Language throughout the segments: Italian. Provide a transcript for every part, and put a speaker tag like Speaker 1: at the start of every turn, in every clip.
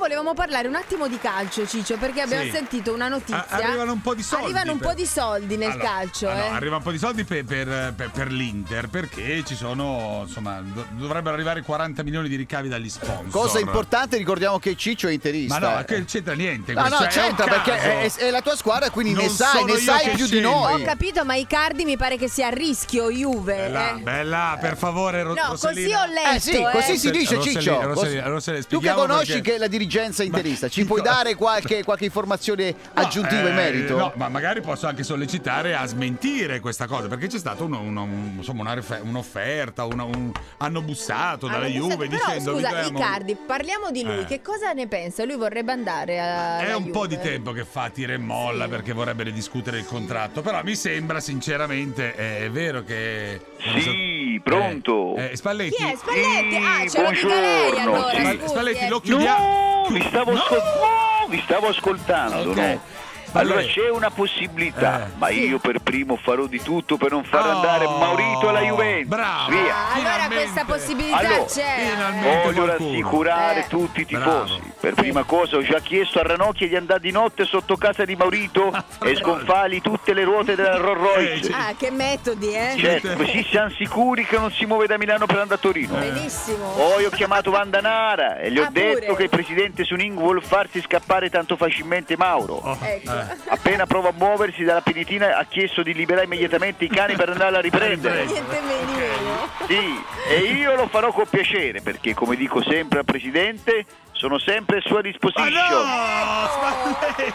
Speaker 1: volevamo parlare un attimo di calcio, Ciccio, perché abbiamo
Speaker 2: Sì.
Speaker 1: sentito una notizia.
Speaker 2: A- arrivano un po' di soldi
Speaker 1: Arrivano un
Speaker 2: per-
Speaker 1: po' di soldi nel
Speaker 2: Allora,
Speaker 1: calcio,
Speaker 2: allora,
Speaker 1: eh.
Speaker 2: Arriva un po' di soldi per, per- per- per l'Inter perché ci sono, insomma, do- dovrebbero arrivare 40 milioni di ricavi dagli sponsor.
Speaker 3: Cosa importante, ricordiamo che Ciccio è
Speaker 2: Ma
Speaker 3: interista.
Speaker 2: no,
Speaker 3: eh.
Speaker 2: che non c'entra niente.
Speaker 3: No,
Speaker 2: questo,
Speaker 3: no,
Speaker 2: è un
Speaker 3: c'entra
Speaker 2: caso.
Speaker 3: perché è, è la tua squadra, quindi ne
Speaker 2: Non
Speaker 3: sai,
Speaker 2: sono
Speaker 3: ne
Speaker 2: io
Speaker 3: sai
Speaker 2: che
Speaker 3: più di
Speaker 2: scelgo.
Speaker 1: Ho
Speaker 3: noi.
Speaker 1: capito, ma Icardi mi pare che sia a rischio Juve. eh.
Speaker 2: Bella, bella, per favore, Ro-
Speaker 1: No, così
Speaker 2: Rossellina.
Speaker 1: ho letto.
Speaker 3: Eh sì, così si dice
Speaker 2: Rossellini,
Speaker 3: Ciccio.
Speaker 2: Rossellini,
Speaker 3: Così-
Speaker 2: Rossellini,
Speaker 3: tu che
Speaker 2: spieghiamo
Speaker 3: conosci
Speaker 2: perché-
Speaker 3: che è la dirigenza interista, ci
Speaker 2: chi
Speaker 3: puoi
Speaker 2: cosa-
Speaker 3: dare qualche, qualche informazione
Speaker 2: No,
Speaker 3: aggiuntiva
Speaker 2: eh,
Speaker 3: in merito?
Speaker 2: No, ma magari posso anche sollecitare a smentire questa cosa, perché c'è stata uno- uno- un- insomma, una rife- un'offerta, una- un- hanno bussato dalla
Speaker 1: Allora,
Speaker 2: Juve
Speaker 1: però,
Speaker 2: dicendo vi
Speaker 1: scusa,
Speaker 2: diamo-
Speaker 1: Icardi, parliamo di lui.
Speaker 2: Eh.
Speaker 1: Che cosa ne pensa? Lui vorrebbe andare a.
Speaker 2: È un po' di
Speaker 4: eh.
Speaker 2: tempo che fa tira e molla perché vorrebbero discutere il contratto, però mi sembra sinceramente eh, è vero che...
Speaker 4: Sì, pronto.
Speaker 2: Eh, eh, Spalletti.
Speaker 1: Chi è? Spalletti? Ah, ce lo dica
Speaker 4: Buongiorno.
Speaker 1: lei
Speaker 4: Sì.
Speaker 1: allora.
Speaker 2: Ma-
Speaker 1: scusi,
Speaker 2: Spalletti,
Speaker 1: eh.
Speaker 2: lo
Speaker 4: No,
Speaker 2: chiudiamo.
Speaker 4: vi stavo,
Speaker 2: No!
Speaker 4: ascol- no, vi stavo ascoltando.
Speaker 2: Ok.
Speaker 4: no. Allora
Speaker 2: Vabbè.
Speaker 4: c'è una possibilità,
Speaker 2: Eh.
Speaker 4: ma io per primo farò di tutto per non far andare
Speaker 2: Oh,
Speaker 4: Maurito alla Juventus.
Speaker 2: bravo.
Speaker 4: Via.
Speaker 1: Ah, allora
Speaker 2: Finalmente.
Speaker 1: questa possibilità
Speaker 4: Allora,
Speaker 1: c'è.
Speaker 2: finalmente.
Speaker 4: Voglio
Speaker 2: qualcuno.
Speaker 4: rassicurare
Speaker 1: Eh.
Speaker 4: tutti i
Speaker 2: Bravo.
Speaker 4: tifosi. Per prima cosa ho già chiesto a Ranocchia di andare di notte sotto casa di Maurito e sconfali tutte le ruote della Rolls
Speaker 2: Ah, Eh, sì.
Speaker 4: Royce.
Speaker 1: Ah, che metodi, eh?
Speaker 4: Certo, così siamo sicuri che non si muove da Milano per andare a Torino.
Speaker 2: Eh.
Speaker 1: Benissimo.
Speaker 4: Poi ho chiamato Vandanara e gli ho
Speaker 1: Ah, pure.
Speaker 4: detto che il presidente Suning vuole farsi scappare tanto facilmente Mauro.
Speaker 2: Oh,
Speaker 1: Ecco.
Speaker 2: eh.
Speaker 4: Appena prova a muoversi dalla Penitina ha chiesto di liberare immediatamente i cani per andarla a riprendere.
Speaker 1: Niente meno di meno.
Speaker 4: Sì, e io lo farò con piacere perché come dico sempre al presidente sono sempre a sua
Speaker 2: Ma
Speaker 4: disposizione.
Speaker 2: no, Spalletti!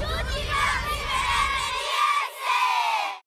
Speaker 5: Tutti